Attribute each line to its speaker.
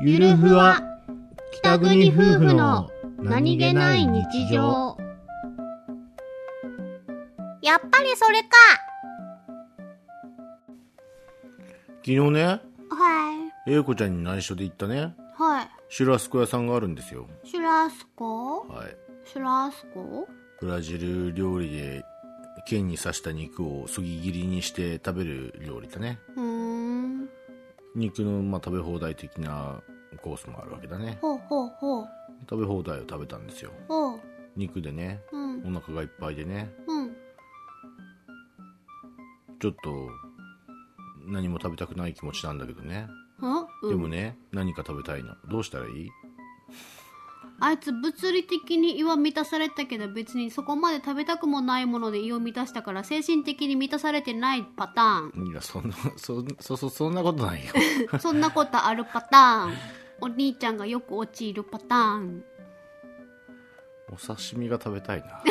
Speaker 1: ゆるふわ北国夫婦の何気ない日常
Speaker 2: やっぱりそれか
Speaker 1: 昨日ね
Speaker 2: は
Speaker 1: 英子ちゃんに内緒で行ったね
Speaker 2: いは
Speaker 1: シュラスコ屋さんがあるんですよ
Speaker 2: いシュラスコ
Speaker 1: はい
Speaker 2: シュラスコ
Speaker 1: ブラジル料理で剣に刺した肉をそぎ切りにして食べる料理だね
Speaker 2: うーん
Speaker 1: 肉のまあ食べ放題的なコースもあるわけだね
Speaker 2: ほうほうほう
Speaker 1: 食べ放題を食べたんですよ
Speaker 2: ほう
Speaker 1: 肉でね
Speaker 2: うん
Speaker 1: お腹がいっぱいでね
Speaker 2: うん
Speaker 1: ちょっと何も食べたくない気持ちなんだけどね
Speaker 2: あう
Speaker 1: で
Speaker 2: ん
Speaker 1: もね何か食べたいのどうしたらいい
Speaker 2: あいつ物理的に胃は満たされたけど別にそこまで食べたくもないもので胃を満たしたから精神的に満たされてないパターン
Speaker 1: いやそんなそそそそんなことないよ
Speaker 2: そんなことあるパター ン。お兄ちゃんがよく陥るパターン。
Speaker 1: お刺身が食べたいな